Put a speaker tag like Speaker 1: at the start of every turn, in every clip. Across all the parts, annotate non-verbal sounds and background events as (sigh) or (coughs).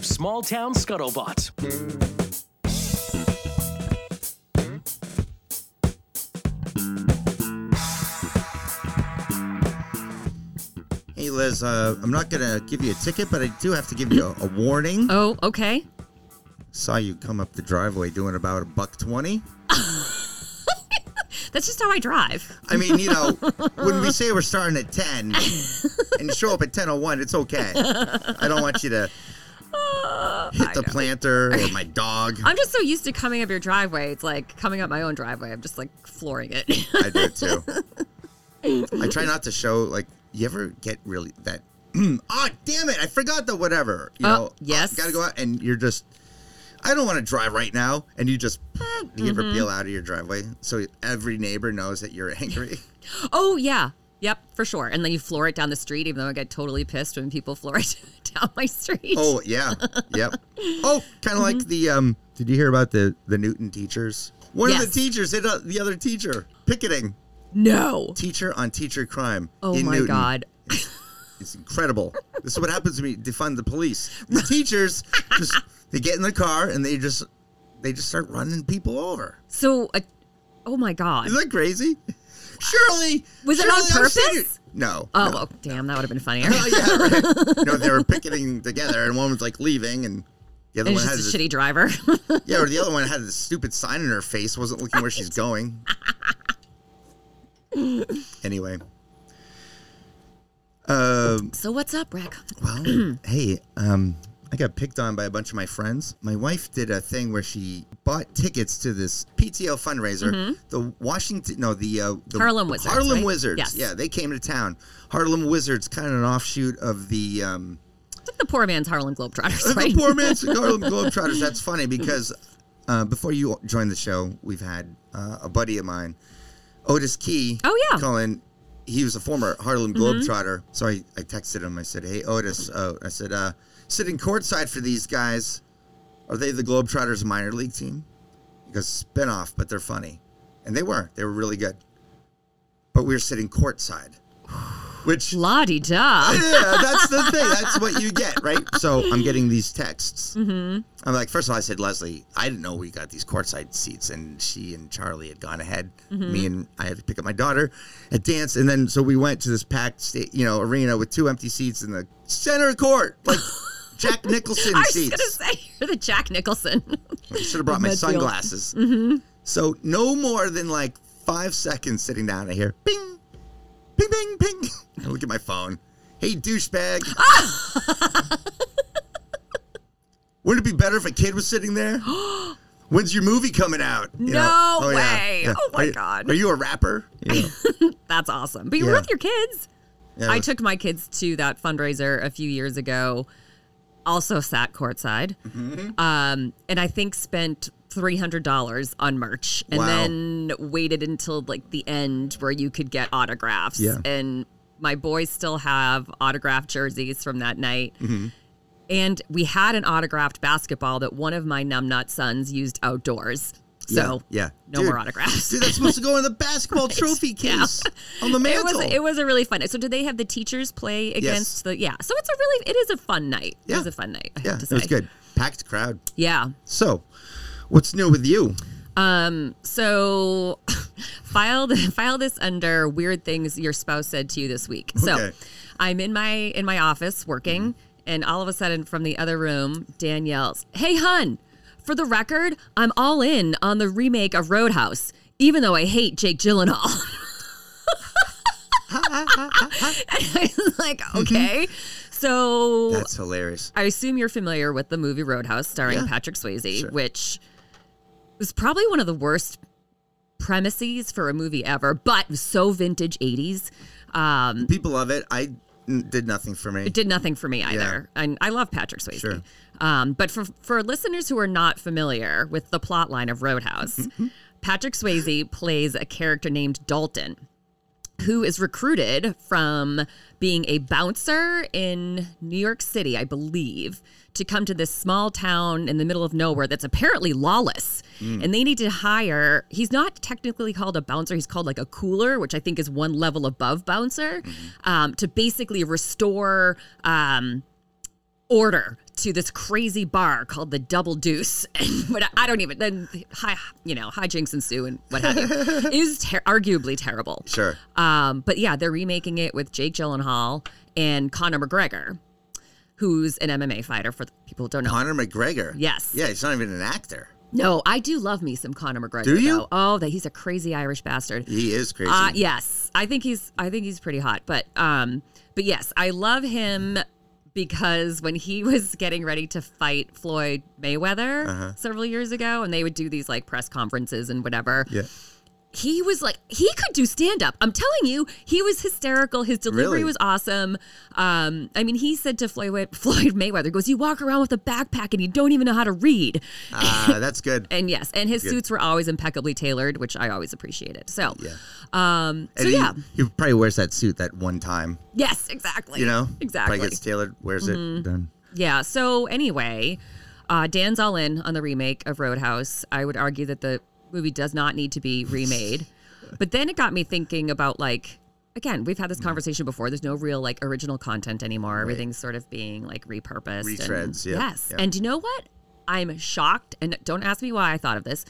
Speaker 1: Small Town Scuttlebutt.
Speaker 2: Hey, Liz, uh, I'm not going to give you a ticket, but I do have to give you a, a warning.
Speaker 3: Oh, okay.
Speaker 2: Saw you come up the driveway doing about a buck 20.
Speaker 3: That's just how I drive.
Speaker 2: I mean, you know, when we say we're starting at 10 and you show up at 10.01, it's okay. I don't want you to hit
Speaker 3: Uh, I
Speaker 2: the
Speaker 3: know.
Speaker 2: planter or my dog.
Speaker 3: I'm just so used to coming up your driveway. It's like coming up my own driveway. I'm just like flooring it. (laughs)
Speaker 2: I do too. I try not to show, like, you ever get really that, (clears throat) oh, damn it, I forgot the whatever. You
Speaker 3: Oh,
Speaker 2: know,
Speaker 3: yes.
Speaker 2: gotta go out and you're just, I don't want to drive right now. And you just, you ever
Speaker 3: Mm-hmm.
Speaker 2: peel out of your driveway. So every neighbor knows that you're angry. (laughs)
Speaker 3: oh, yeah. Yep, for sure. And then you floor it down the street, even though I get totally pissed when people (laughs) floor it down my street.
Speaker 2: Oh yeah, yep. Oh, kind of
Speaker 3: Mm-hmm.
Speaker 2: like the um. Did you hear about the the Newton teachers? One of
Speaker 3: Yes.
Speaker 2: the teachers hit uh, the other teacher picketing
Speaker 3: no.
Speaker 2: teacher on teacher crime.
Speaker 3: Oh,
Speaker 2: in
Speaker 3: my
Speaker 2: Newton.
Speaker 3: God.
Speaker 2: it's incredible. this is what happens when you defund the police. The teachers just they get in the car and they just they just start running people over.
Speaker 3: So, uh, oh, my God.
Speaker 2: Isn't that crazy? Surely
Speaker 3: Was it on
Speaker 2: surely I've seen
Speaker 3: purpose?
Speaker 2: it- No.
Speaker 3: Oh,
Speaker 2: no.
Speaker 3: oh, damn, that would have been funnier.
Speaker 2: Oh, yeah, right. no, they were picketing together, and one was like leaving, and the other one
Speaker 3: It was
Speaker 2: had
Speaker 3: just
Speaker 2: this
Speaker 3: a shitty driver. (laughs)
Speaker 2: Yeah, or the other one had this stupid sign in her face, wasn't looking where she's
Speaker 3: (laughs)
Speaker 2: going. anyway. Um,
Speaker 3: so what's up, Rick? (clears throat)
Speaker 2: well, hey, um, I got picked on by a bunch of my friends. My wife did a thing where she bought tickets to this PTO fundraiser. The Washington, no, the, uh, the
Speaker 3: Mm-hmm. Harlem Wizards,
Speaker 2: Harlem
Speaker 3: right?
Speaker 2: Wizards.
Speaker 3: Yes.
Speaker 2: Yeah, they came to town. Harlem Wizards, kind of an offshoot of the. Um,
Speaker 3: It's like the poor man's Harlem Globetrotters, right?
Speaker 2: the poor
Speaker 3: (laughs)
Speaker 2: man's Harlem Globetrotters. That's funny because uh, before you joined the show, we've had uh, a buddy of mine, Otis Key.
Speaker 3: Oh, yeah. Mm-hmm.
Speaker 2: call in. He was a former Harlem Globetrotter. So I, I texted him. I said, "Hey Otis, uh, I said uh, sitting courtside for these guys. Are they the Globetrotters minor league team? Because spin off, but they're funny, and they were. They were really good. But we were sitting courtside, which
Speaker 3: La di da.
Speaker 2: yeah, that's the thing. That's what you get, right? So I'm getting these texts. Mm-hmm. I'm like, first of all, I said, Leslie, I didn't know we got these courtside seats, and she and Charlie had gone ahead. Me and I had to pick up my daughter at dance, and then so we went to this packed, sta- you know, arena with two empty seats in the center court, like Jack Nicholson
Speaker 3: I was going to
Speaker 2: seats.
Speaker 3: say, (laughs) you're the Jack Nicholson.
Speaker 2: I should have brought my
Speaker 3: Midfield.
Speaker 2: sunglasses.
Speaker 3: Mm-hmm.
Speaker 2: So no more than like five seconds sitting down. I hear ping, ping, ping, ping. (laughs) I look at my phone. Hey,
Speaker 3: (laughs)
Speaker 2: douchebag. Wouldn't it be better if a kid was sitting
Speaker 3: (gasps)
Speaker 2: there? When's your movie coming out? You
Speaker 3: No way. Oh my
Speaker 2: Are you-
Speaker 3: God.
Speaker 2: Are you a
Speaker 3: (laughs)
Speaker 2: rapper? Yeah.
Speaker 3: That's awesome. But you were
Speaker 2: Yeah.
Speaker 3: with your kids.
Speaker 2: Yeah,
Speaker 3: I took my kids to that fundraiser a few years ago. Also sat courtside,
Speaker 2: Mm-hmm.
Speaker 3: um, and I think spent three hundred dollars on merch, and
Speaker 2: Wow.
Speaker 3: then waited until like the end where you could get autographs.
Speaker 2: Yeah.
Speaker 3: And my boys still have autographed jerseys from that night.
Speaker 2: Mm-hmm.
Speaker 3: And we had an autographed basketball that one of my numbnut sons used outdoors. So
Speaker 2: yeah.
Speaker 3: no
Speaker 2: Dude.
Speaker 3: more autographs.
Speaker 2: Dude, that's supposed to go in the
Speaker 3: (laughs)
Speaker 2: basketball trophy case on the
Speaker 3: It
Speaker 2: mantle.
Speaker 3: was it was a really fun. So did they have the teachers play against the yeah? So it's a really it is a fun night.
Speaker 2: Yeah.
Speaker 3: It was a fun night. I
Speaker 2: yeah,
Speaker 3: have to
Speaker 2: it
Speaker 3: say.
Speaker 2: was good. Packed crowd.
Speaker 3: Yeah.
Speaker 2: So, what's new with you?
Speaker 3: Um. So (laughs) file th- file this under weird things your spouse said to you this week. So
Speaker 2: Okay.
Speaker 3: I'm in my in my office working, and all of a sudden from the other room, Dan yells, "Hey, hun! For the record, I'm all in on the remake of Roadhouse." Even though I hate Jake Gyllenhaal, (laughs) and I was like, okay, so
Speaker 2: That's hilarious.
Speaker 3: I assume you're familiar with the movie Roadhouse starring
Speaker 2: Yeah.
Speaker 3: Patrick Swayze,
Speaker 2: Sure.
Speaker 3: which was probably one of the worst premises for a movie ever, but was so vintage 80s. Um,
Speaker 2: People love it. I n- did nothing for me.
Speaker 3: it did nothing for me either. And I love Patrick Swayze.
Speaker 2: Sure.
Speaker 3: Um, but for, for listeners who are not familiar with the
Speaker 2: Mm-hmm.
Speaker 3: plot line of Roadhouse, Patrick Swayze plays a character named Dalton who is recruited from being a bouncer in New York City, I believe, to come to this small town in the middle of nowhere that's apparently lawless. And they need to hire, he's not technically called a bouncer, he's called like a cooler, which I think is one level above bouncer, um, to basically restore. Um, order to this crazy bar called the Double Deuce, (laughs) but I don't even. Then high, you know, hijinks ensue and what have you. is ter- arguably terrible.
Speaker 2: Sure.
Speaker 3: Um, but yeah, they're remaking it with Jake Gyllenhaal and Conor McGregor, who's an MMA fighter. For the people who don't know,
Speaker 2: Conor McGregor.
Speaker 3: Yes.
Speaker 2: Yeah, he's not even an actor.
Speaker 3: no, I do love me some Conor McGregor.
Speaker 2: Do you?
Speaker 3: Though. Oh, that he's a crazy Irish bastard.
Speaker 2: He is crazy.
Speaker 3: Uh, yes, I think he's I think he's pretty hot, but um, but yes, I love him because when he (laughs) was getting ready to fight Floyd Mayweather
Speaker 2: Uh-huh.
Speaker 3: several years ago, and they would do these like press conferences and whatever,
Speaker 2: Yeah.
Speaker 3: he was like he could do stand up. I'm telling you, he was hysterical. His delivery
Speaker 2: Really?
Speaker 3: was awesome. Um, I mean, he said to Floyd (laughs) Floyd Mayweather, he "Goes, you walk around with a backpack and you don't even know how to read."
Speaker 2: Ah, (laughs) that's good.
Speaker 3: (laughs) And yes, and his suits were always impeccably tailored, which I always appreciated. So,
Speaker 2: Yeah.
Speaker 3: um, so
Speaker 2: And he,
Speaker 3: yeah.
Speaker 2: He probably wears that suit that one time.
Speaker 3: Yes, exactly.
Speaker 2: You know?
Speaker 3: Exactly. Mm-hmm.
Speaker 2: Probably gets tailored, wears it, done.
Speaker 3: yeah. So anyway, uh, Dan's all in on the remake of Roadhouse. I would argue that the movie does not need
Speaker 2: (laughs)
Speaker 3: to be remade. but then it got me thinking about like again, we've had this conversation before. There's no real like original content anymore. Everything's sort of being like repurposed. and-
Speaker 2: Retreads, yeah,
Speaker 3: Yes.
Speaker 2: yeah.
Speaker 3: And do you know what? I'm shocked, and don't ask me why I thought of this,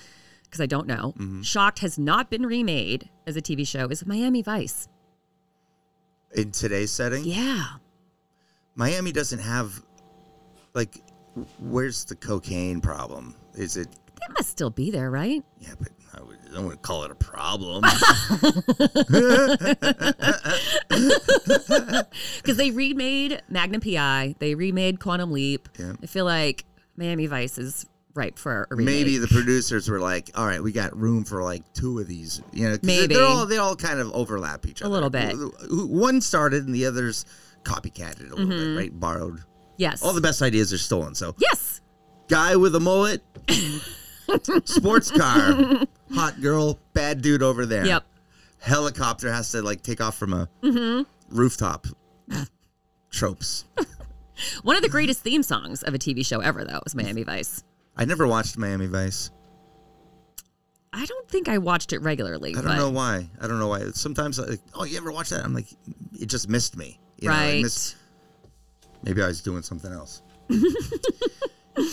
Speaker 3: because I don't know.
Speaker 2: Mm-hmm.
Speaker 3: Shocked has not been remade as a TV show. Is Miami Vice?
Speaker 2: In today's setting,
Speaker 3: Yeah.
Speaker 2: Miami doesn't have, like, w- where's the cocaine problem? Is it,
Speaker 3: That must still be there, right?
Speaker 2: yeah, but I, would, I wouldn't call it a problem. (laughs)
Speaker 3: Because they remade Magnum PI, they remade Quantum Leap.
Speaker 2: Yeah.
Speaker 3: I feel like Miami Vice is ripe for a remake.
Speaker 2: Maybe the producers were like, all right, we got room for like two of these. You know, 'cause they're-
Speaker 3: Maybe.
Speaker 2: They're all, they all kind of overlap each other.
Speaker 3: little bit.
Speaker 2: Wh- wh- One started and the others copycatted a little
Speaker 3: Mm-hmm.
Speaker 2: bit, right? Borrowed.
Speaker 3: yes,
Speaker 2: All the best ideas are stolen. So,
Speaker 3: yes,
Speaker 2: guy with a
Speaker 3: (laughs)
Speaker 2: mullet, sports car, hot girl, bad dude over there.
Speaker 3: yep,
Speaker 2: Helicopter has to like take off from a
Speaker 3: Mm-hmm.
Speaker 2: rooftop. (laughs) Tropes.
Speaker 3: one of the greatest theme songs of a TV show ever, though, is Miami Vice.
Speaker 2: I never watched Miami Vice.
Speaker 3: I don't think I watched it regularly,
Speaker 2: I don't
Speaker 3: but
Speaker 2: know why. I don't know why. Sometimes, like, oh, you ever watch that? I'm like, it just missed me. You Know, I
Speaker 3: right,
Speaker 2: missed- maybe I was doing something else. (laughs)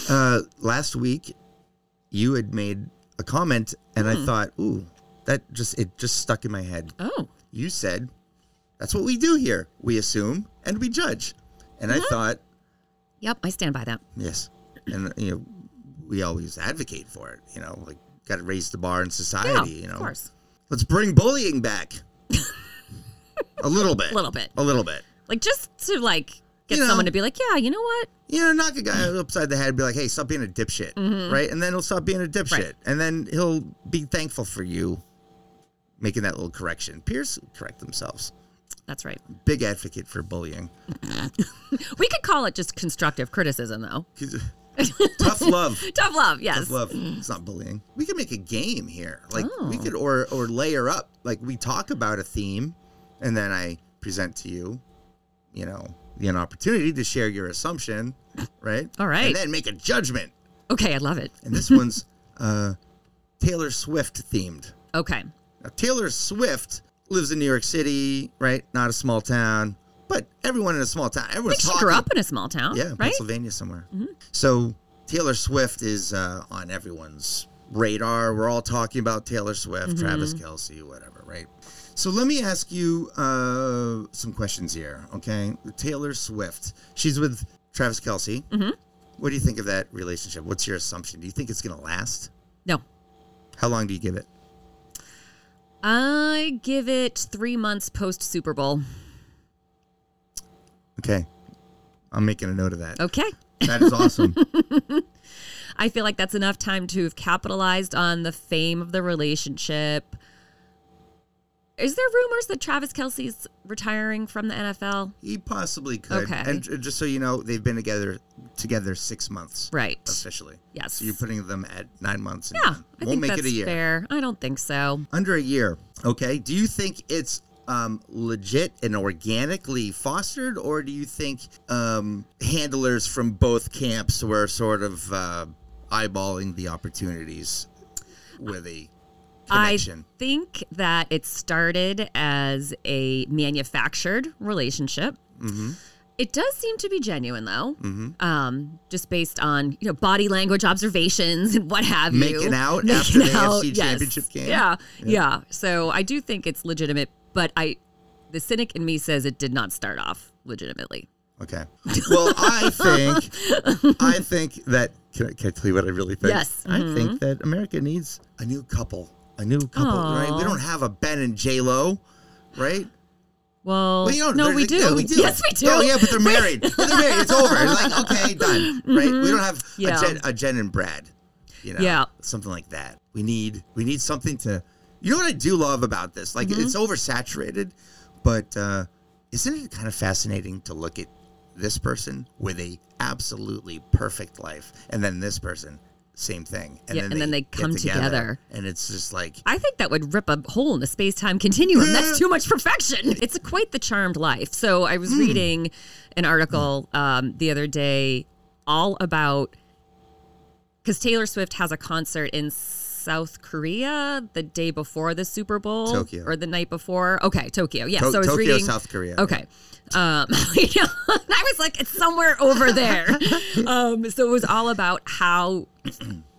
Speaker 2: uh, last week, you had made a comment, and
Speaker 3: Hmm.
Speaker 2: I thought, ooh, that just it just stuck in my head.
Speaker 3: oh,
Speaker 2: You said, "That's what we do here. We assume and we judge," and I
Speaker 3: Mm-hmm.
Speaker 2: thought,
Speaker 3: yep, I stand by that.
Speaker 2: yes, and you know, we always advocate for it. You know, like got to raise the bar in
Speaker 3: Yeah,
Speaker 2: society. you know,
Speaker 3: Oh, of course,
Speaker 2: Let's bring bullying back. a little bit.
Speaker 3: a (laughs) little bit,
Speaker 2: A little bit.
Speaker 3: like just to like get
Speaker 2: You know-
Speaker 3: someone to be like, yeah, you know what?
Speaker 2: You know, knock a guy upside the head and be like, hey, stop being a dipshit. Right? And then he'll stop being a dipshit.
Speaker 3: Mm-hmm. Right.
Speaker 2: And then he'll be thankful for you making that little correction. Peers correct themselves.
Speaker 3: That's right.
Speaker 2: Big advocate for bullying. (laughs)
Speaker 3: We could call it just constructive criticism, though.
Speaker 2: 'Cause- Tough love.
Speaker 3: Tough love, yes. Mm.
Speaker 2: Tough love. It's not bullying. We could make a game here. Like we
Speaker 3: Oh.
Speaker 2: could or or layer up. Like we talk about a theme and then I present to you, you know, an opportunity to share your assumption, right?
Speaker 3: All right.
Speaker 2: And then make a judgment.
Speaker 3: Okay, I love it.
Speaker 2: And this one's (laughs) uh Taylor Swift themed.
Speaker 3: Okay,
Speaker 2: Now Taylor Swift lives in New York City, right? Not a small town. But everyone in a small town,
Speaker 3: I
Speaker 2: everyone's
Speaker 3: think she
Speaker 2: talking.
Speaker 3: grew up in a small town,
Speaker 2: Yeah,
Speaker 3: right? Mm-hmm.
Speaker 2: Pennsylvania somewhere. So Taylor Swift is uh, on everyone's radar. We're all talking about Taylor Swift,
Speaker 3: Mm-hmm,
Speaker 2: Travis Kelsey, whatever, right? So let me ask you uh, some questions here, okay? Taylor Swift, she's with Travis Kelsey.
Speaker 3: Mm-hmm.
Speaker 2: What do you think of that relationship? What's your assumption? Do you think it's going to last?
Speaker 3: No,
Speaker 2: How long do you give it?
Speaker 3: I give it three months post Super Bowl.
Speaker 2: Okay. I'm making a note of that.
Speaker 3: Okay.
Speaker 2: That is
Speaker 3: (laughs)
Speaker 2: awesome.
Speaker 3: I feel like that's enough time to have capitalized on the fame of the relationship. Is there rumors that Travis Kelsey's retiring from the NFL?
Speaker 2: he possibly could.
Speaker 3: Okay.
Speaker 2: And j- just so you know, they've been together together six months.
Speaker 3: Right.
Speaker 2: officially.
Speaker 3: Yes.
Speaker 2: So you're putting them at nine months. And
Speaker 3: Yeah, I
Speaker 2: Won't
Speaker 3: think
Speaker 2: make
Speaker 3: that's
Speaker 2: it a year.
Speaker 3: fair. I don't think so.
Speaker 2: Under a year. Okay. Do you think it's um, legit and organically fostered, or do you think um, handlers from both camps were sort of uh, eyeballing the opportunities with a connection?
Speaker 3: I think that it started as a manufactured relationship.
Speaker 2: Mm-hmm.
Speaker 3: It does seem to be genuine, though, um, just based on you know body language observations (laughs) and what have you.
Speaker 2: Making out after the AFC championship game?
Speaker 3: Yeah, yeah, So I do think it's legitimate, but I, the cynic in me says it did not start off legitimately.
Speaker 2: okay. Well,
Speaker 3: (laughs)
Speaker 2: I think I think that can I, can I tell you what I really think?
Speaker 3: Yes. Mm-hmm.
Speaker 2: I think that America needs a new couple, a new couple. Right? We
Speaker 3: Aw.
Speaker 2: don't have a Ben and J Lo, right?
Speaker 3: Well,
Speaker 2: Well, you know,
Speaker 3: no,
Speaker 2: they're-
Speaker 3: we do.
Speaker 2: yeah, we do.
Speaker 3: Yes, we do.
Speaker 2: Oh, yeah, but
Speaker 3: (laughs)
Speaker 2: they're married. But they're married. It's over. Like, okay, done. Right? We don't have
Speaker 3: Mm-hmm. Yeah.
Speaker 2: a, Jen, a Jen and Brad. You know,
Speaker 3: Yeah.
Speaker 2: something like that. We need we need something to. You know what I do love about this? Like,
Speaker 3: Mm-hmm.
Speaker 2: it's oversaturated, but uh, isn't it kind of fascinating to look at this person with a absolutely perfect life, and then this person, same thing,
Speaker 3: Yeah, and then they
Speaker 2: get
Speaker 3: come together.
Speaker 2: and it's just like
Speaker 3: I think that would rip a hole in the space time continuum. That's too
Speaker 2: (laughs)
Speaker 3: much perfection. It's quite the charmed life. So I was
Speaker 2: Hmm.
Speaker 3: reading an article um, the other day all about because Taylor Swift has a concert in South Korea the day before the Super Bowl
Speaker 2: Tokyo.
Speaker 3: or the night before. Okay, Tokyo. Yeah.
Speaker 2: To-
Speaker 3: so I was
Speaker 2: Tokyo,
Speaker 3: reading
Speaker 2: South Korea.
Speaker 3: Okay. Um, (laughs) you know, I was like, it's somewhere over there. um, so it was all about how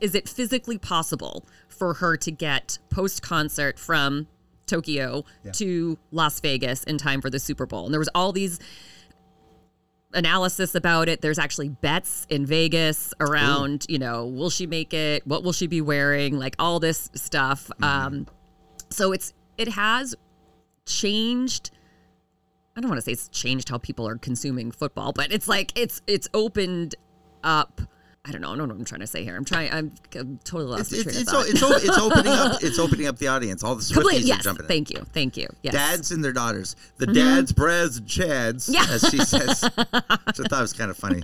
Speaker 3: is it physically possible for her to get post concert from Tokyo to Las Vegas in time for the Super Bowl? And there was all these analysis about it. There's actually bets in Vegas around, you know, will she make it? What will she be wearing? Like all this stuff. Um, so it's it has changed I don't want to say it's changed how people are consuming football, but it's like it's it's opened up. I don't know. I don't know what I'm trying to say here. I'm trying. I'm, I'm totally lost.
Speaker 2: It's
Speaker 3: my
Speaker 2: it's
Speaker 3: train of
Speaker 2: it's,
Speaker 3: thought.
Speaker 2: o- it's, o- it's opening
Speaker 3: (laughs)
Speaker 2: up it's opening up the audience. All the
Speaker 3: Complete-
Speaker 2: Swifties are
Speaker 3: yes.
Speaker 2: jumping in.
Speaker 3: Thank you. Thank you. Yes. Mm-hmm.
Speaker 2: dads and their daughters. The dads, Brads, and Chads,
Speaker 3: Yeah.
Speaker 2: as she says. Which I thought was kind of
Speaker 3: (laughs)
Speaker 2: funny.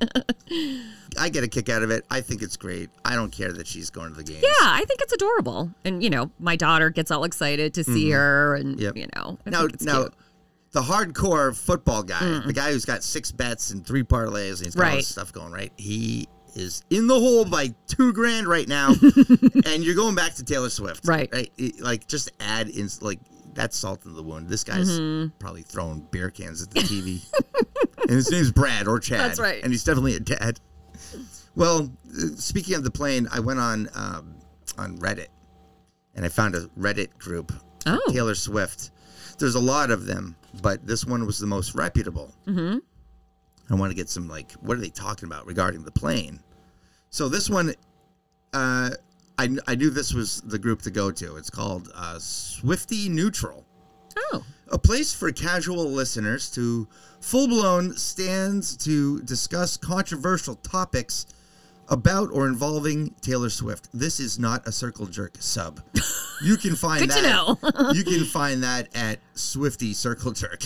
Speaker 2: I get a kick out of it. I think it's great. I don't care that she's going to the games.
Speaker 3: Yeah, I think it's adorable. And you know, my daughter gets all excited to see her, and
Speaker 2: Mm-hmm. Yep.
Speaker 3: you know, I
Speaker 2: Now,
Speaker 3: think it's
Speaker 2: now
Speaker 3: cute.
Speaker 2: the hardcore football guy, the guy who's got six bets and three parlays and he's got all
Speaker 3: Right.
Speaker 2: this stuff going, right? He is in the hole by two grand right
Speaker 3: (laughs)
Speaker 2: now. and you're going back to Taylor Swift.
Speaker 3: Right.
Speaker 2: Right. It- like, just add in, like, that's salt in the wound. This guy's
Speaker 3: Mm-hmm.
Speaker 2: probably throwing beer cans at the
Speaker 3: (laughs)
Speaker 2: TV. and his name's Brad or Chad.
Speaker 3: That's right.
Speaker 2: And he's definitely a dad. Well, uh, speaking of the plane, I went on um, on Reddit and I found a Reddit group. for
Speaker 3: Oh.
Speaker 2: Taylor Swift. There's a lot of them, but this one was the most reputable. Mm-hmm. I want to get some like, what are they talking about regarding the plane? So this one, uh, I kn- I knew this was the group to go to. It's called uh, Swifty Neutral
Speaker 3: Oh,
Speaker 2: a place for casual listeners to full blown stands to discuss controversial topics about or involving Taylor Swift. This is not a circle jerk sub. You
Speaker 3: (laughs)
Speaker 2: can find
Speaker 3: Good to
Speaker 2: that
Speaker 3: (laughs)
Speaker 2: you can find that at Swifty Circle Jerk.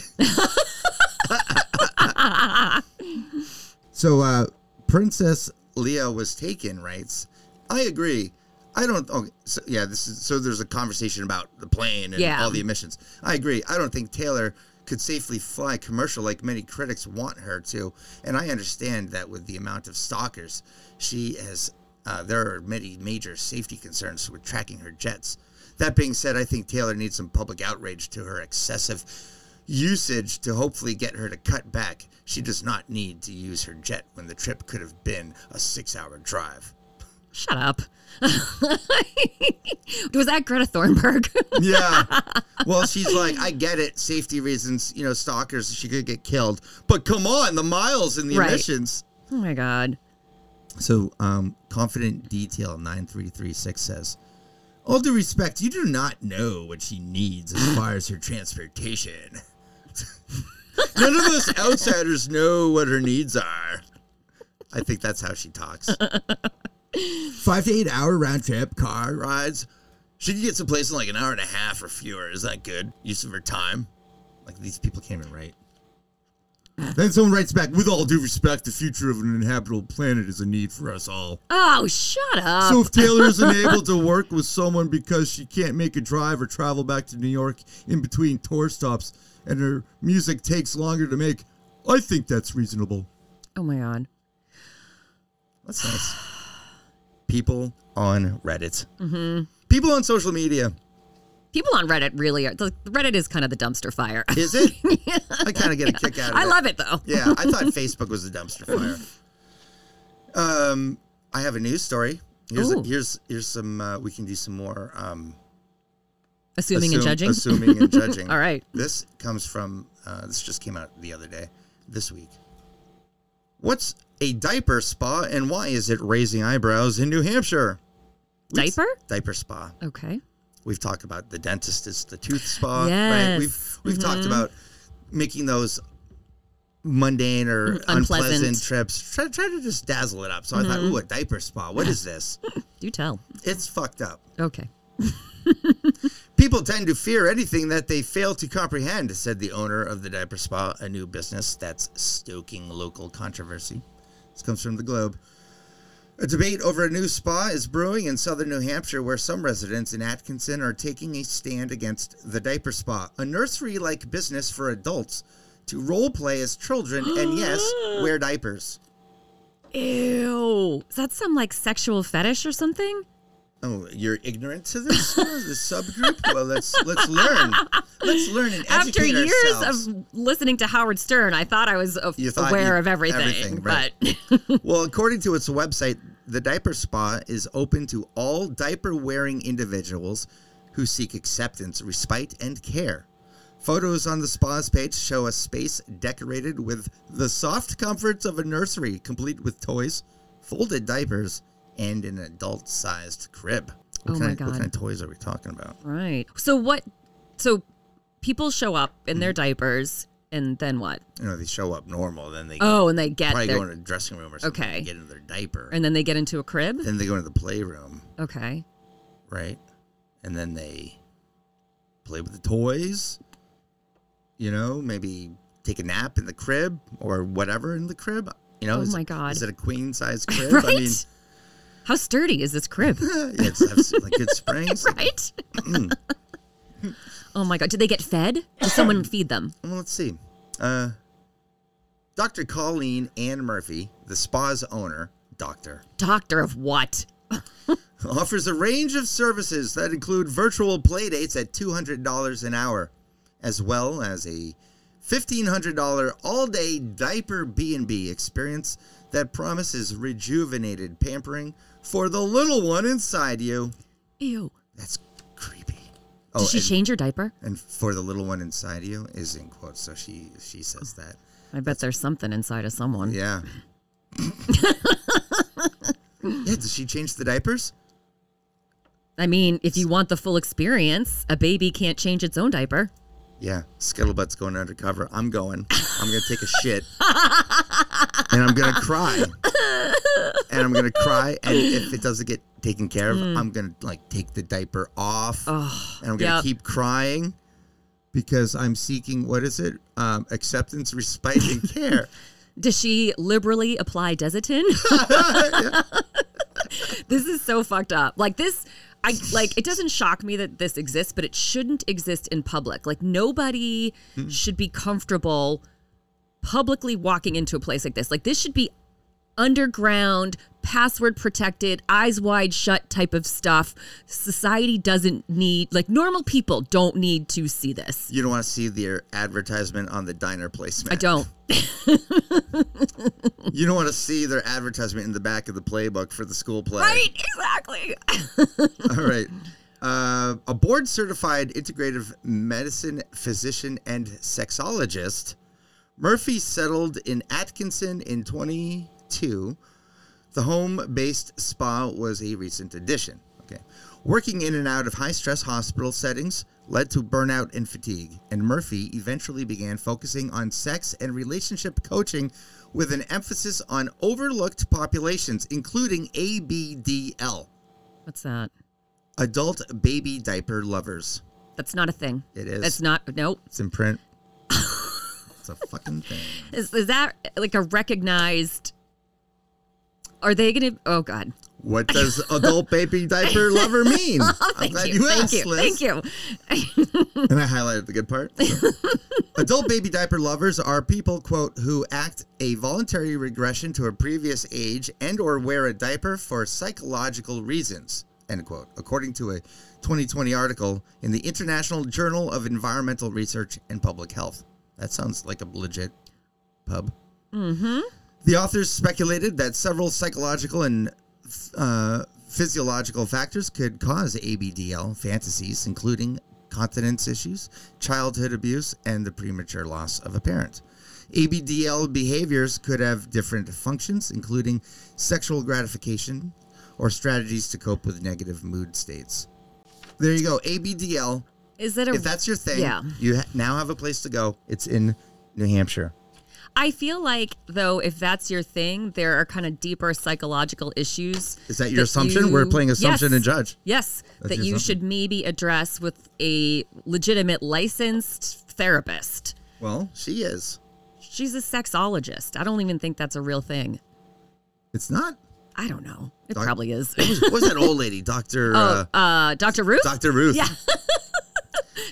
Speaker 2: so uh Princess Leah was taken writes, I agree. I don't oh, so, yeah, this is so there's a conversation about the plane and
Speaker 3: Yeah.
Speaker 2: all the emissions. I agree. I don't think Taylor could safely fly commercial like many critics want her to, and I understand that with the amount of stalkers she has, uh, there are many major safety concerns with tracking her jets. That being said, I think Taylor needs some public outrage to her excessive usage to hopefully get her to cut back. She does not need to use her jet when the trip could have been a six-hour drive.
Speaker 3: shut up. (laughs) was that Greta Thornburg?
Speaker 2: Yeah. Well, she's like, I get it, safety reasons, you know, stalkers, she could get killed. But come on, the miles and the
Speaker 3: Right.
Speaker 2: emissions.
Speaker 3: (laughs) oh my god.
Speaker 2: So, um, confident detail nine three three six says, "All due respect, you do not know what she needs as far as her transportation. (laughs) None of us outsiders know what her needs are. I think that's how she talks. Five to eight hour round trip car rides. She can get someplace in like an hour and a half or fewer. Is that good use of her time? Like these people came in right." Then someone writes back, with all due respect, the future of an inhabitable planet is a need for us all.
Speaker 3: Oh, shut up.
Speaker 2: So if Taylor is unable to work with someone because she can't make a drive or travel back to New York in between tour stops and her music takes longer to make, I think that's reasonable.
Speaker 3: oh my god.
Speaker 2: That's nice. People on Reddit. Mm-hmm. People on social media.
Speaker 3: People on Reddit really are. the- Reddit is kind of the dumpster fire. (laughs)
Speaker 2: Is (laughs) it? I kind of get a kick out of it.
Speaker 3: I love it though.
Speaker 2: Yeah, I thought Facebook was a dumpster fire. Um, I have a news story. Here's
Speaker 3: Ooh.
Speaker 2: here's here's some. Uh, we can do some more. Um,
Speaker 3: Assuming and
Speaker 2: assume-
Speaker 3: judging.
Speaker 2: Assuming and judging.
Speaker 3: (laughs) All right.
Speaker 2: This comes from. Uh, this just came out the other day. This week. What's a diaper spa and why is it raising eyebrows in New Hampshire? We've-
Speaker 3: Diaper?
Speaker 2: Diaper spa.
Speaker 3: Okay.
Speaker 2: We've talked about the dentist is the tooth spa, right?
Speaker 3: Yes. Mm-hmm.
Speaker 2: We've we've talked about making those mundane or unpleasant,
Speaker 3: Mm-hmm. unpleasant. Mm-hmm.
Speaker 2: trips. Try, try to just dazzle it up. So I thought, ooh, a diaper spa. What is
Speaker 3: (laughs)
Speaker 2: this?
Speaker 3: Do tell.
Speaker 2: It's fucked up.
Speaker 3: Okay.
Speaker 2: People tend to fear anything that they fail to comprehend, said the owner of the diaper spa, a new business that's stoking local controversy. This comes from the Globe. A debate over a new spa is brewing in southern New Hampshire, where some residents in Atkinson are taking a stand against the diaper spa, a nursery like business for adults to role play as children and,
Speaker 3: (gasps)
Speaker 2: yes, wear diapers.
Speaker 3: Ew. Is that some like sexual fetish or something?
Speaker 2: Oh, you're ignorant to this, this subgroup? Well, let's let's learn. Let's learn and educate
Speaker 3: After years
Speaker 2: ourselves.
Speaker 3: of listening to Howard Stern, I thought I was uh,
Speaker 2: You thought
Speaker 3: aware
Speaker 2: you-
Speaker 3: of everything.
Speaker 2: everything, right.
Speaker 3: But (laughs)
Speaker 2: Well, according to its website, the diaper spa is open to all diaper wearing individuals who seek acceptance, respite, and care. Photos on the spa's page show a space decorated with the soft comforts of a nursery, complete with toys, folded diapers, and an adult sized crib. What
Speaker 3: Oh
Speaker 2: kind
Speaker 3: my
Speaker 2: of, What
Speaker 3: God.
Speaker 2: kind of toys are we talking about?
Speaker 3: right. So what so people show up in
Speaker 2: Mm.
Speaker 3: their diapers and then what?
Speaker 2: You know, they show up normal, then they
Speaker 3: Oh, and they get
Speaker 2: probably
Speaker 3: their,
Speaker 2: go into a dressing room or something,
Speaker 3: Okay.
Speaker 2: get into their diaper,
Speaker 3: and then they get into a crib?
Speaker 2: then they go into the playroom.
Speaker 3: Okay.
Speaker 2: right? And then they play with the toys, you know, maybe take a nap in the crib or whatever in the crib. You know,
Speaker 3: Oh
Speaker 2: is
Speaker 3: my
Speaker 2: it,
Speaker 3: God.
Speaker 2: is it a queen
Speaker 3: (laughs)
Speaker 2: size crib?
Speaker 3: Right?
Speaker 2: I mean,
Speaker 3: How sturdy is this crib?
Speaker 2: (laughs) yeah, it's, it's like
Speaker 3: (laughs)
Speaker 2: good springs.
Speaker 3: right?
Speaker 2: Hmm.
Speaker 3: (laughs) oh my god. Do they get fed? Does someone feed them?
Speaker 2: Well, let's see. Uh, Dr. Colleen Ann Murphy, the spa's owner, doctor,
Speaker 3: Doctor of what?
Speaker 2: offers a range of services that include virtual playdates at $200 an hour, as well as a $1,500 all-day diaper B&B experience that promises rejuvenated pampering for the little one inside you.
Speaker 3: Ew.
Speaker 2: That's creepy. Oh,
Speaker 3: Did she
Speaker 2: and,
Speaker 3: change her diaper?
Speaker 2: and for the little one inside you is in quotes, so she she says that.
Speaker 3: I bet there's something inside of someone. (laughs)
Speaker 2: Yeah. yeah, did she change the diapers?
Speaker 3: I mean, if you want the full experience, a baby can't change its own diaper.
Speaker 2: Yeah, Skittlebutt's going undercover. I'm going. I'm going to take a shit. and I'm going to cry. And I'm going to cry. And if it doesn't get taken care of, I'm going to like take the diaper off. and I'm going to
Speaker 3: yep.
Speaker 2: keep crying because I'm seeking, what is it? Um, acceptance, respite, and
Speaker 3: (laughs)
Speaker 2: care.
Speaker 3: Does she liberally apply Desitin? (laughs) this is so fucked up. Like this I like it doesn't shock me that this exists, but it shouldn't exist in public. Like nobody should be comfortable publicly walking into a place like this. Like this should be underground, password protected, eyes wide shut type of stuff. Society doesn't need like normal people don't need to see this.
Speaker 2: you don't want to see their advertisement on the diner placement.
Speaker 3: I don't.
Speaker 2: You don't want to see their advertisement in the back of the playbook for the school play.
Speaker 3: Right, exactly.
Speaker 2: (laughs) All right. Uh, a board certified integrative medicine physician and sexologist, Murphy settled in Atkinson in 22. The home based spa was a recent addition. Okay. Working in and out of high stress hospital settings led to burnout and fatigue, and Murphy eventually began focusing on sex and relationship coaching with an emphasis on overlooked populations, including ABDL
Speaker 3: What's that?
Speaker 2: adult baby diaper lovers.
Speaker 3: That's not a thing.
Speaker 2: It is.
Speaker 3: That's not. Nope.
Speaker 2: It's in print. It's a fucking thing.
Speaker 3: Is, is that like a recognized? Are they going to? Oh God!
Speaker 2: What does adult baby diaper lover
Speaker 3: (laughs)
Speaker 2: mean? I'm
Speaker 3: Oh, Thank
Speaker 2: glad
Speaker 3: you,
Speaker 2: you,
Speaker 3: thank
Speaker 2: asked,
Speaker 3: you,
Speaker 2: Liz.
Speaker 3: thank you.
Speaker 2: And I highlighted the good
Speaker 3: (laughs)
Speaker 2: part. Adult baby diaper lovers are people, quote, who act a voluntary regression to a previous age and or wear a diaper for psychological reasons, end quote, according to a 2020 article in the International Journal of Environmental Research and Public Health. That sounds like a legit pub. Mm-hmm. The authors speculated that several psychological and uh, physiological factors could cause ABDL fantasies, including continence issues, childhood abuse, and the premature loss of a parent. ABDL behaviors could have different functions, including sexual gratification or strategies to cope with negative mood states. There you go. ABDL.
Speaker 3: Is it a?
Speaker 2: If that's your thing,
Speaker 3: Yeah.
Speaker 2: you ha- now have a place to go. It's in New Hampshire.
Speaker 3: I feel like though, if that's your thing, there are kind of deeper psychological issues.
Speaker 2: Is that your assumption? We're playing assumption
Speaker 3: Yes.
Speaker 2: and judge.
Speaker 3: Yes,
Speaker 2: That's
Speaker 3: that
Speaker 2: your
Speaker 3: you
Speaker 2: assumption.
Speaker 3: should maybe address with a legitimate licensed therapist.
Speaker 2: Well, she is.
Speaker 3: She's a sexologist. I don't even think that's a real thing.
Speaker 2: It's
Speaker 3: (laughs)
Speaker 2: not.
Speaker 3: I don't know. It
Speaker 2: Doc- (coughs)
Speaker 3: probably is.
Speaker 2: What was that old lady, Doctor uh,
Speaker 3: oh, uh, Dr. Ruth?
Speaker 2: Doctor Ruth?
Speaker 3: Yeah.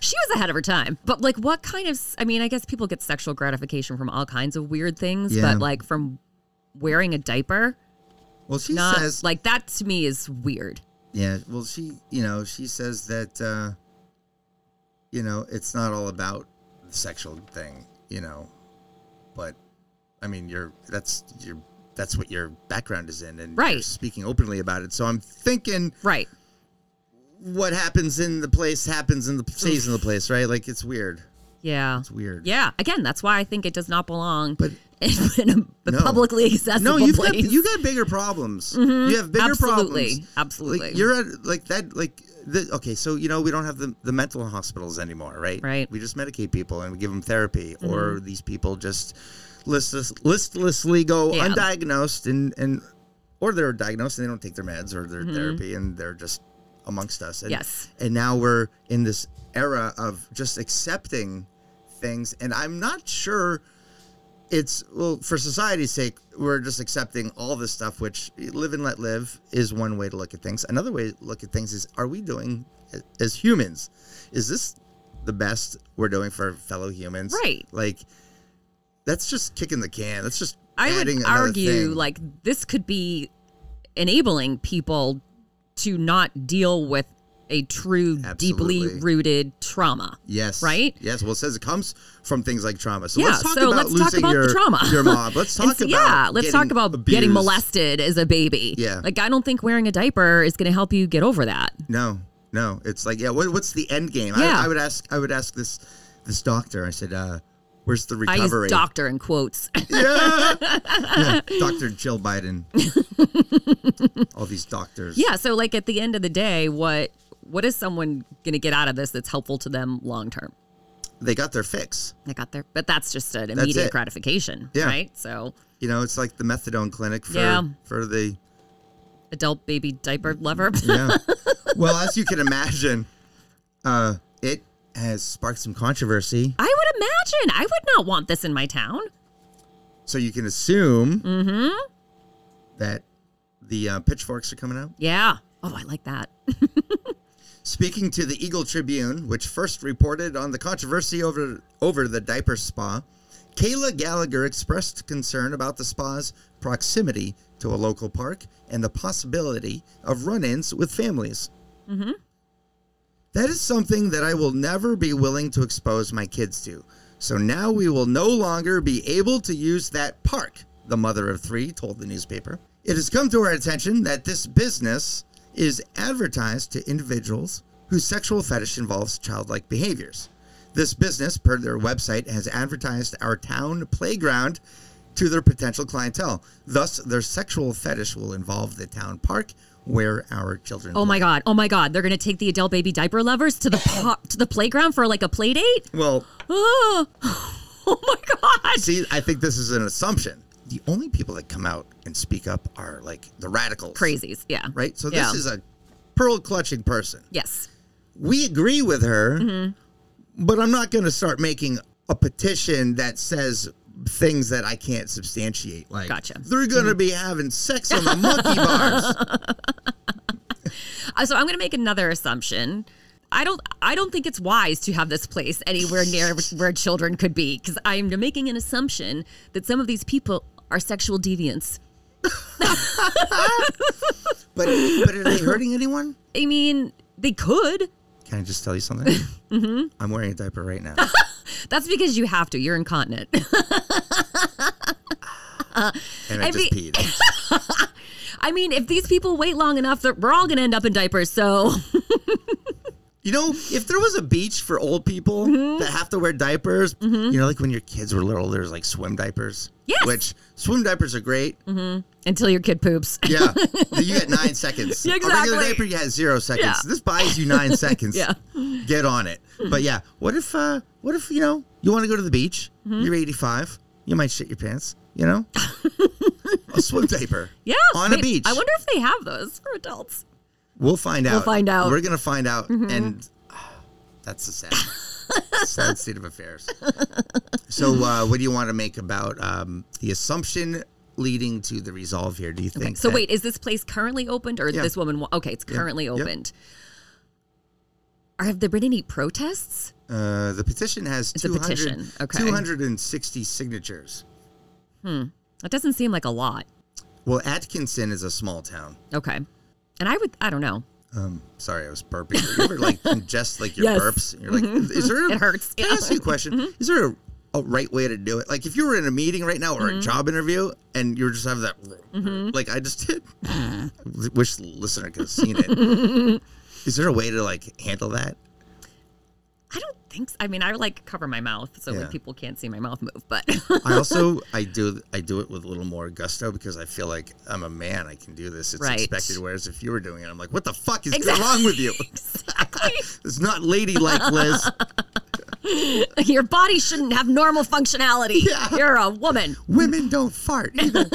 Speaker 3: she was ahead of her time. But like what kind of I mean, I guess people get sexual gratification from all kinds of weird things,
Speaker 2: Yeah.
Speaker 3: but like from wearing a diaper,
Speaker 2: Well, she
Speaker 3: not
Speaker 2: says,
Speaker 3: like that to me is weird.
Speaker 2: yeah. Well, she, you know, she says that, uh, you know, it's not all about the sexual thing, you know, but I mean, you're that's your that's what your background is in, and you're
Speaker 3: Right.
Speaker 2: speaking openly about it. So I'm thinking,
Speaker 3: Right.
Speaker 2: what happens in the place happens in the stays in the place, right? Like it's weird.
Speaker 3: Yeah.
Speaker 2: It's weird.
Speaker 3: Yeah. Again, that's why I think it does not belong
Speaker 2: But-
Speaker 3: (laughs) in a,
Speaker 2: No.
Speaker 3: publicly accessible
Speaker 2: No, you've
Speaker 3: place. Mm-hmm.
Speaker 2: got you got bigger problems. You have bigger
Speaker 3: Absolutely.
Speaker 2: problems.
Speaker 3: Absolutely.
Speaker 2: Like you're at like that like the, okay, so you know we don't have the the mental hospitals anymore, right?
Speaker 3: Right. Mm-hmm.
Speaker 2: We just medicate people and we give them therapy, or these people just listless, listlessly go
Speaker 3: Yeah.
Speaker 2: undiagnosed and and or they're diagnosed and they don't take their meds or their therapy and they're just amongst us. And,
Speaker 3: Mm-hmm. Yes.
Speaker 2: And now we're in this era of just accepting things, and I'm not sure it's well for society's sake we're just accepting all this stuff which live and let live is one way to look at things another way to look at things is are we doing as humans is this the best we're doing for fellow humans
Speaker 3: Right.
Speaker 2: like that's just kicking the can that's just
Speaker 3: I
Speaker 2: adding
Speaker 3: would
Speaker 2: another
Speaker 3: argue
Speaker 2: thing.
Speaker 3: like this could be enabling people to not deal with a true, deeply
Speaker 2: Absolutely.
Speaker 3: rooted trauma.
Speaker 2: yes
Speaker 3: right?
Speaker 2: yes well it says it comes from things like trauma so
Speaker 3: Yeah,
Speaker 2: let's talk
Speaker 3: so
Speaker 2: about
Speaker 3: let's
Speaker 2: losing
Speaker 3: talk about the
Speaker 2: your,
Speaker 3: trauma.
Speaker 2: your
Speaker 3: (laughs)
Speaker 2: mom let's talk
Speaker 3: It's-
Speaker 2: about
Speaker 3: yeah, let's talk
Speaker 2: getting
Speaker 3: about getting
Speaker 2: abused.
Speaker 3: molested as a baby.
Speaker 2: Yeah.
Speaker 3: like I don't think wearing a diaper is going to help you get over that.
Speaker 2: No, no. It's like, yeah. What, what's the end game?
Speaker 3: Yeah.
Speaker 2: I, I would ask. I would ask this this doctor. I said, uh, "Where's the
Speaker 3: I use
Speaker 2: recovery?"
Speaker 3: doctor in quotes. (laughs)
Speaker 2: yeah. Doctor Jill Biden. All these doctors.
Speaker 3: yeah, so like at the end of the day, what what is someone going to get out of this that's helpful to them long term?
Speaker 2: They got their fix.
Speaker 3: I got there, but that's just an immediate
Speaker 2: it.
Speaker 3: gratification,
Speaker 2: Yeah.
Speaker 3: right? So
Speaker 2: You know, it's like the methadone clinic for
Speaker 3: Yeah.
Speaker 2: for the
Speaker 3: adult baby diaper lover. (laughs)
Speaker 2: yeah. well, as you can imagine, uh, it has sparked some controversy.
Speaker 3: I would imagine. I would not want this in my town.
Speaker 2: So you can assume
Speaker 3: Mm-hmm.
Speaker 2: that the uh, pitchforks are coming out.
Speaker 3: Yeah. Oh, I like that.
Speaker 2: Speaking to the Eagle Tribune, which first reported on the controversy over over the diaper spa, Kayla Gallagher expressed concern about the spa's proximity to a local park and the possibility of run-ins with families. That is something that I will never be willing to expose my kids to. So now we will no longer be able to use that park, the mother of three told the newspaper. It has come to our attention that this business is advertised to individuals whose sexual fetish involves childlike behaviors. This business, per their website, has advertised our town playground to their potential clientele. Thus, their sexual fetish will involve the town park where our children
Speaker 3: Oh my god. Oh my god. They're gonna take the adult baby diaper lovers to the po- to the playground for like a play date.
Speaker 2: Well,
Speaker 3: (laughs) Oh, oh my god.
Speaker 2: See, I think this is an assumption. The only people that come out and speak up are like the radicals.
Speaker 3: Crazies. Yeah.
Speaker 2: Right? So
Speaker 3: Yeah.
Speaker 2: this is a pearl clutching person.
Speaker 3: Yes.
Speaker 2: We agree with her, but I'm not going to start making a petition that says things that I can't substantiate. Like,
Speaker 3: Gotcha.
Speaker 2: they're going to be having sex on the monkey bars.
Speaker 3: Uh, So I'm going to make another assumption. I don't. I don't think it's wise to have this place anywhere
Speaker 2: (laughs)
Speaker 3: near where children could be because I'm making an assumption that some of these people are sexual deviants.
Speaker 2: But, but are they hurting anyone?
Speaker 3: I mean, they could.
Speaker 2: Can I just tell you something? mm-hmm. I'm wearing a diaper right now.
Speaker 3: That's because you have to. You're incontinent. (laughs)
Speaker 2: And I
Speaker 3: Every-
Speaker 2: just peed.
Speaker 3: I mean, if these people wait long enough, that we're all going to end up in diapers. So (laughs)
Speaker 2: You know, if there was a beach for old people
Speaker 3: Mm-hmm.
Speaker 2: that have to wear diapers, you know, like when your kids were little, there's like swim diapers.
Speaker 3: Yes. Mm-hmm.
Speaker 2: Which swim diapers are great.
Speaker 3: until your kid poops. (laughs)
Speaker 2: Yeah. you get nine seconds.
Speaker 3: Yeah,
Speaker 2: A regular
Speaker 3: exactly.
Speaker 2: diaper, you get zero seconds.
Speaker 3: Yeah.
Speaker 2: This buys you
Speaker 3: (laughs)
Speaker 2: nine seconds.
Speaker 3: Yeah. Hmm.
Speaker 2: Get on it. But yeah, what if, uh, what if, you know, you want to go to the beach,
Speaker 3: Mm-hmm.
Speaker 2: you're 85, you might shit your pants, you
Speaker 3: (laughs)
Speaker 2: know? a swim diaper.
Speaker 3: Yeah.
Speaker 2: On a
Speaker 3: Wait,
Speaker 2: beach.
Speaker 3: I wonder if they have those for adults.
Speaker 2: We'll find out.
Speaker 3: find out. Mm-hmm.
Speaker 2: We're gonna find out, and (sighs) ah, that's the sad, sad state of affairs. So, uh, what do you want to make about um, the assumption leading to the resolve here? Do you think?
Speaker 3: So
Speaker 2: that-
Speaker 3: wait, is this place currently opened or
Speaker 2: Yeah.
Speaker 3: this woman? wa- Okay, it's currently
Speaker 2: Yep.
Speaker 3: opened. Are have there been any protests?
Speaker 2: uh, the petition has
Speaker 3: It's a
Speaker 2: 200,
Speaker 3: petition, okay.
Speaker 2: 260 signatures.
Speaker 3: That doesn't seem like a lot.
Speaker 2: Well, Atkinson is a small town.
Speaker 3: Okay, and I would I don't know.
Speaker 2: Um, sorry, I was burping. You ever
Speaker 3: (laughs)
Speaker 2: like ingest like your
Speaker 3: Yes. Mm-hmm.
Speaker 2: burps? You're like, is there? A,
Speaker 3: (laughs) It hurts,
Speaker 2: Can I
Speaker 3: yeah. Mm-hmm.
Speaker 2: ask you a question? Is there a, a right way to do it? Like, if you were in a meeting right now or
Speaker 3: Mm-hmm.
Speaker 2: a job interview, and you were just having that, like I just did. (laughs) I wish the listener could have seen it.
Speaker 3: (laughs)
Speaker 2: is there a way to like handle that?
Speaker 3: I don't think. So. I mean, I like cover my mouth so
Speaker 2: Yeah.
Speaker 3: when people can't see my mouth move. But (laughs)
Speaker 2: I also I do I do it with a little more gusto because I feel like I'm a man. I can do this. It's
Speaker 3: Right.
Speaker 2: expected. Whereas if you were doing it, I'm like, what the fuck is
Speaker 3: Exact-
Speaker 2: wrong with you? (laughs)
Speaker 3: exactly,
Speaker 2: It's not ladylike, Liz.
Speaker 3: your body shouldn't have normal functionality.
Speaker 2: (laughs) Yeah.
Speaker 3: You're a woman.
Speaker 2: Women don't fart
Speaker 3: (laughs)
Speaker 2: either.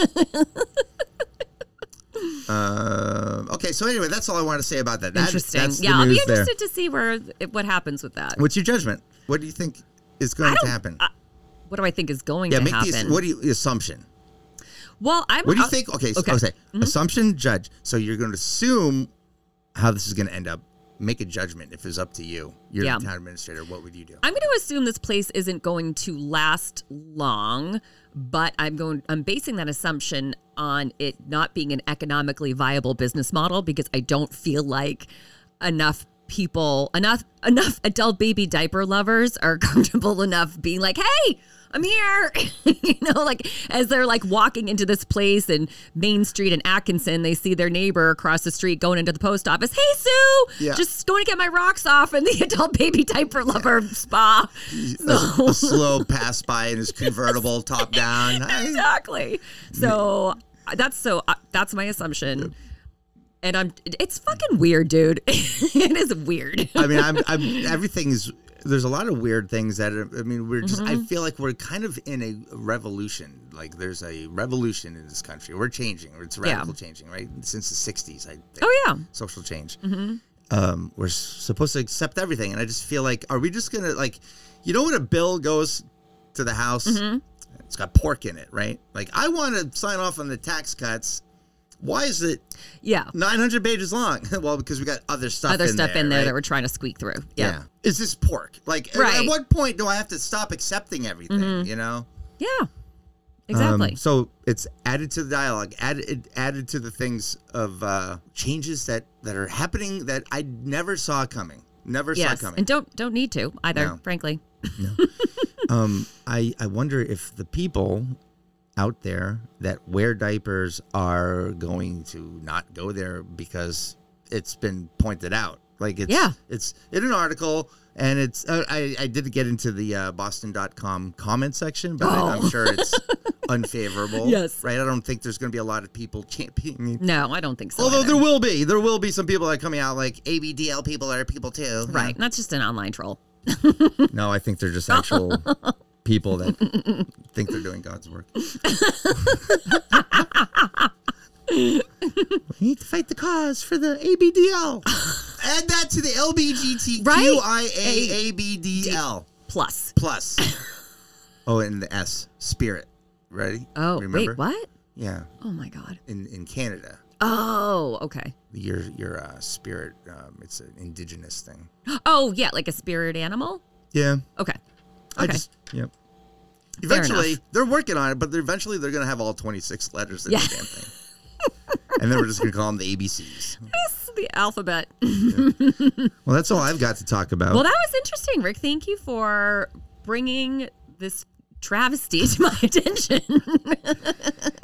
Speaker 2: Um, okay, so anyway, that's all I wanted to say about that. (laughs) That-
Speaker 3: Interesting.
Speaker 2: that's the
Speaker 3: yeah, I'll be
Speaker 2: news there.
Speaker 3: interested to see where what happens with that.
Speaker 2: What's your judgment? What do you think is going to happen?
Speaker 3: uh, What do I think is going
Speaker 2: yeah,
Speaker 3: to
Speaker 2: make
Speaker 3: happen?
Speaker 2: the what do you assumption?
Speaker 3: well, I'm.
Speaker 2: What do you
Speaker 3: I'll-
Speaker 2: think? Okay, so- okay.
Speaker 3: Mm-hmm.
Speaker 2: Assumption, judge. So you're going to assume how this is going to end up. Make a judgment if it's up to you. You're
Speaker 3: Yeah.
Speaker 2: the town administrator. What would you do?
Speaker 3: I'm going to assume this place isn't going to last long, but I'm going I'm basing that assumption on it not being an economically viable business model because I don't feel like enough people enough enough adult baby diaper lovers are (laughs) comfortable enough being like, "Hey, I'm here." (laughs) you know, like as they're like walking into this place in Main Street in Atkinson, they see their neighbor across the street going into the post office. "Hey, Sue,
Speaker 2: Yeah.
Speaker 3: just just going to get my rocks off in the (laughs) adult baby diaper lover spa.
Speaker 2: A, (laughs) a slow pass by
Speaker 3: (laughs)
Speaker 2: in his convertible, top down. I-
Speaker 3: Exactly. So that's so uh, that's my assumption. And I'm it's fucking weird, dude. (laughs) it is
Speaker 2: (laughs)
Speaker 3: weird.
Speaker 2: I mean, I'm, I'm everything's there's a lot of weird things that are, I mean, we're just
Speaker 3: Mm-hmm.
Speaker 2: I feel like we're kind of in a revolution. Like there's a revolution in this country. We're changing. It's
Speaker 3: Yeah.
Speaker 2: radical changing, right? Since the '60s, I think.
Speaker 3: Oh yeah. Mm-hmm.
Speaker 2: social change. Um, we're s- supposed to accept everything, and I just feel like, are we just gonna like, you know, when a bill goes to the House,
Speaker 3: Mm-hmm.
Speaker 2: it's got pork in it, right? Like, I want to sign off on the tax cuts. Why is it
Speaker 3: Yeah.
Speaker 2: 900 pages long? (laughs) well, because we got other stuff.
Speaker 3: Other
Speaker 2: in
Speaker 3: stuff in there
Speaker 2: right?
Speaker 3: that we're trying to squeak through. Yeah.
Speaker 2: Is this pork? Like, at- at
Speaker 3: Right.
Speaker 2: what point do I have to stop accepting everything? You know.
Speaker 3: Yeah.
Speaker 2: Um,
Speaker 3: Exactly.
Speaker 2: so it's added to the dialogue, added added to the things of uh, changes that that are happening that I never saw coming. Never
Speaker 3: yes.
Speaker 2: saw coming.
Speaker 3: And don't don't need to either,
Speaker 2: No.
Speaker 3: frankly.
Speaker 2: um, I I wonder if the people out there that wear diapers are going to not go there because it's been pointed out. Like it's
Speaker 3: Yeah.
Speaker 2: it's in an article. And it's uh, I I did get into the uh, Boston.com comment section, but I, I'm
Speaker 3: Oh.
Speaker 2: sure
Speaker 3: (laughs)
Speaker 2: it's unfavorable.
Speaker 3: Yes.
Speaker 2: right. I don't think there's going to be a lot of people championing
Speaker 3: No, I don't think so.
Speaker 2: Although
Speaker 3: either.
Speaker 2: there will be, there will be some people that are coming out like ABDL people are people too.
Speaker 3: right. That's just an online troll.
Speaker 2: No, I think they're
Speaker 3: Oh.
Speaker 2: just
Speaker 3: (laughs)
Speaker 2: actual people that think they're doing God's work. we need to fight the cause for the ABDL. Add that to the LBGTQIAABDL
Speaker 3: Plus.
Speaker 2: plus. Oh, and the S, spirit. Ready?
Speaker 3: Oh,
Speaker 2: Remember?
Speaker 3: wait, what?
Speaker 2: Yeah,
Speaker 3: Oh my God.
Speaker 2: in in Canada,
Speaker 3: Oh, okay.
Speaker 2: your your uh, spirit, um, it's an indigenous thing.
Speaker 3: Oh, yeah, like a spirit animal?
Speaker 2: Yeah,
Speaker 3: Okay.
Speaker 2: I
Speaker 3: Okay.
Speaker 2: just yep.
Speaker 3: Fair
Speaker 2: Eventually,
Speaker 3: enough.
Speaker 2: they're working on it, but they're eventually they're gonna have all 26 letters in
Speaker 3: Yeah.
Speaker 2: the damn thing. And then we're just gonna call them the ABCs.
Speaker 3: It's the alphabet.
Speaker 2: Well, that's all I've got to talk about.
Speaker 3: Well, that was interesting, Rick. Thank you for bringing this travesty to my (laughs) attention.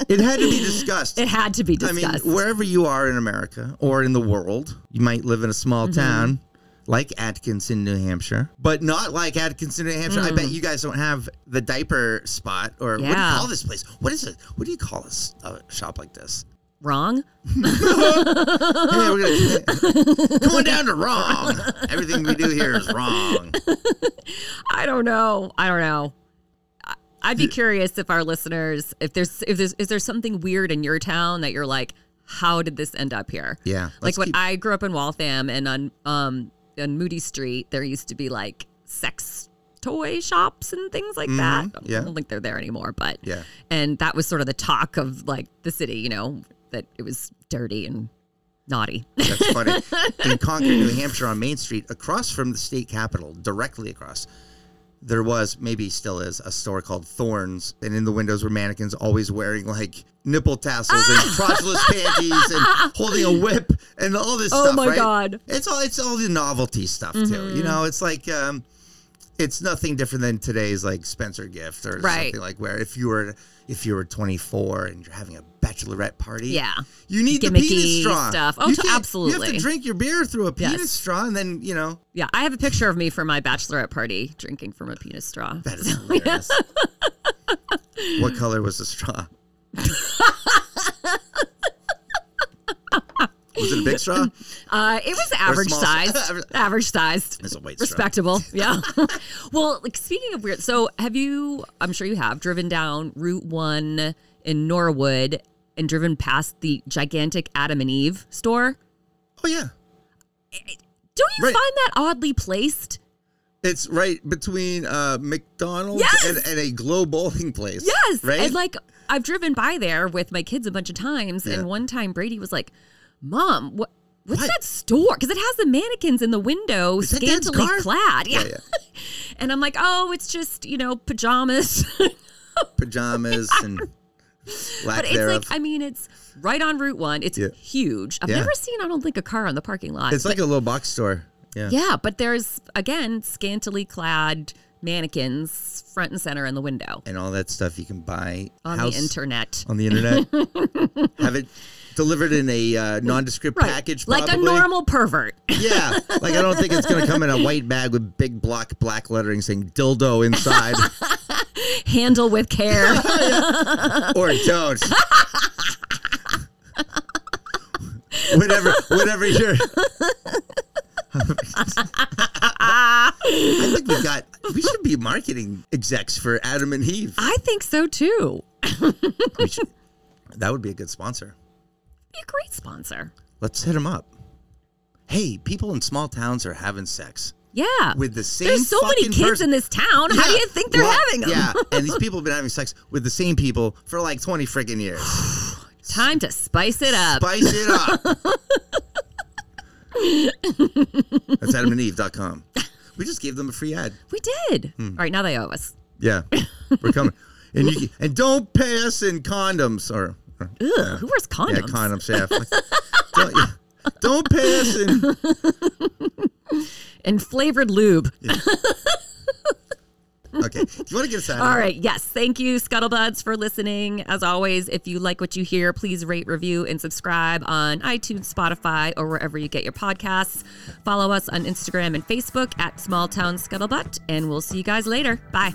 Speaker 2: it had to be discussed.
Speaker 3: (laughs) it had to be
Speaker 2: I mean,
Speaker 3: discussed.
Speaker 2: wherever you are in America or in the world, you might live in a small
Speaker 3: Mm-hmm.
Speaker 2: town like Atkinson, New Hampshire, but not like Atkinson, New Hampshire. I bet you guys don't have the diaper spot or what do you
Speaker 3: Mm. Yeah.
Speaker 2: call this place? What is it? What do you call this uh, shop like this?
Speaker 3: Wrong?
Speaker 2: Hey, we're gonna, come on down to wrong. Everything we do here is wrong.
Speaker 3: I don't know. I don't know. I- I'd be curious if our listeners, if there's, if there's, is there something weird in your town that you're like, how did this end up here?
Speaker 2: Yeah,
Speaker 3: Like
Speaker 2: let's
Speaker 3: when
Speaker 2: keep-
Speaker 3: I grew up in Waltham and on, um, on Moody Street, there used to be like sex toy shops and things like that.
Speaker 2: Mm-hmm. yeah.
Speaker 3: I don't think they're there anymore, but
Speaker 2: Yeah.
Speaker 3: And that was sort of the talk of like the city, you know, that it was dirty and naughty. (laughs)
Speaker 2: That's funny. In Concord, New Hampshire, on Main Street, across from the state capitol, directly across, there was, maybe still is, a store called Thorns. And in the windows were mannequins always wearing like nipple tassels and
Speaker 3: Ah!
Speaker 2: crotchless panties and
Speaker 3: (laughs)
Speaker 2: holding a whip and all this
Speaker 3: Oh
Speaker 2: stuff.
Speaker 3: my
Speaker 2: right?
Speaker 3: God. Mm-hmm.
Speaker 2: It's all it's all the novelty stuff too. You know, it's like um it's nothing different than today's like Spencer gift or
Speaker 3: Right.
Speaker 2: something like where if you were if you were 24 and you're having a bachelorette party,
Speaker 3: Yeah.
Speaker 2: you need the
Speaker 3: Gimmicky
Speaker 2: penis straw
Speaker 3: stuff. Oh,
Speaker 2: You
Speaker 3: t-
Speaker 2: can't- You have
Speaker 3: absolutely.
Speaker 2: to drink your beer through a penis
Speaker 3: Yes.
Speaker 2: straw, and then you know
Speaker 3: Yeah, I have a picture of me from my bachelorette party drinking from a penis straw.
Speaker 2: that
Speaker 3: (laughs)
Speaker 2: is hilarious. what color was the straw? was it a big straw?
Speaker 3: Uh, it was average
Speaker 2: small-
Speaker 3: sized.
Speaker 2: (laughs)
Speaker 3: average sized.
Speaker 2: It's a white straw. (laughs)
Speaker 3: Respectable. Yeah. (laughs) well, like speaking of weird, so have you, I'm sure you have, driven down Route 1 in Norwood and driven past the gigantic Adam and Eve store?
Speaker 2: Oh yeah,
Speaker 3: Don't you
Speaker 2: Right.
Speaker 3: find that oddly placed?
Speaker 2: it's right between uh, McDonald's
Speaker 3: Yes!
Speaker 2: and, and a Glow Bowling place.
Speaker 3: Yes.
Speaker 2: right.
Speaker 3: And like I've driven by there with my kids a bunch of times,
Speaker 2: Yeah.
Speaker 3: and one time Brady was like, "Mom, what?" What's
Speaker 2: What?
Speaker 3: that store? Because it has the mannequins in the window,
Speaker 2: that Dad's
Speaker 3: scantily
Speaker 2: car?
Speaker 3: clad. Yeah.
Speaker 2: yeah, yeah.
Speaker 3: And I'm like, oh, it's just, you know, pajamas. (laughs)
Speaker 2: pajamas and lack
Speaker 3: but it's
Speaker 2: thereof.
Speaker 3: like, I mean, it's right on Route 1. It's
Speaker 2: Yeah.
Speaker 3: huge. I've
Speaker 2: Yeah.
Speaker 3: never seen, I don't think, a car on the parking lot.
Speaker 2: it's like a little box store. Yeah.
Speaker 3: yeah, but there's, again, scantily clad mannequins front and center in the window
Speaker 2: and all that stuff you can buy
Speaker 3: on
Speaker 2: house-
Speaker 3: the internet.
Speaker 2: on the
Speaker 3: (laughs)
Speaker 2: internet. Have it delivered in a uh, nondescript
Speaker 3: Right.
Speaker 2: package,
Speaker 3: like a
Speaker 2: probably.
Speaker 3: normal pervert. (laughs)
Speaker 2: Yeah, like I don't think it's going to come in a white bag with big block black lettering saying dildo
Speaker 3: (laughs)
Speaker 2: inside,
Speaker 3: Handle
Speaker 2: (laughs)
Speaker 3: with care.
Speaker 2: or don't. whatever, whatever
Speaker 3: (laughs)
Speaker 2: you're. I think we got. We should be marketing execs for Adam and Eve.
Speaker 3: I think so too.
Speaker 2: We should- that would be a good sponsor.
Speaker 3: Be a great sponsor.
Speaker 2: Let's hit him up. Hey, people in small towns are having sex
Speaker 3: Yeah.
Speaker 2: with the same.
Speaker 3: There's so many
Speaker 2: fucking
Speaker 3: kids
Speaker 2: person-
Speaker 3: in this town. How do
Speaker 2: Yeah.
Speaker 3: you think they're
Speaker 2: Well,
Speaker 3: having them?
Speaker 2: Yeah, and these people have been having sex with the same people for like 20 freaking
Speaker 3: (laughs)
Speaker 2: years.
Speaker 3: Time to spice it up.
Speaker 2: Spice it up. That's adamandeve.com. We just gave them a free ad.
Speaker 3: we did.
Speaker 2: Hmm.
Speaker 3: All right, now they owe us.
Speaker 2: Yeah, we're coming. And you can- and don't pay us in condoms or, or
Speaker 3: Ugh, who wears condoms?
Speaker 2: yeah condoms. Yeah, (laughs) don't, yeah. don't pay us in.
Speaker 3: and flavored lube.
Speaker 2: Okay, do you want to get
Speaker 3: (laughs)
Speaker 2: us out? of
Speaker 3: All
Speaker 2: here?
Speaker 3: right. Yes. Thank you, Scuttlebuds, for listening. As always, if you like what you hear, please rate, review, and subscribe on iTunes, Spotify, or wherever you get your podcasts. Follow us on Instagram and Facebook at Small Town Scuttlebutt, and we'll see you guys later. Bye.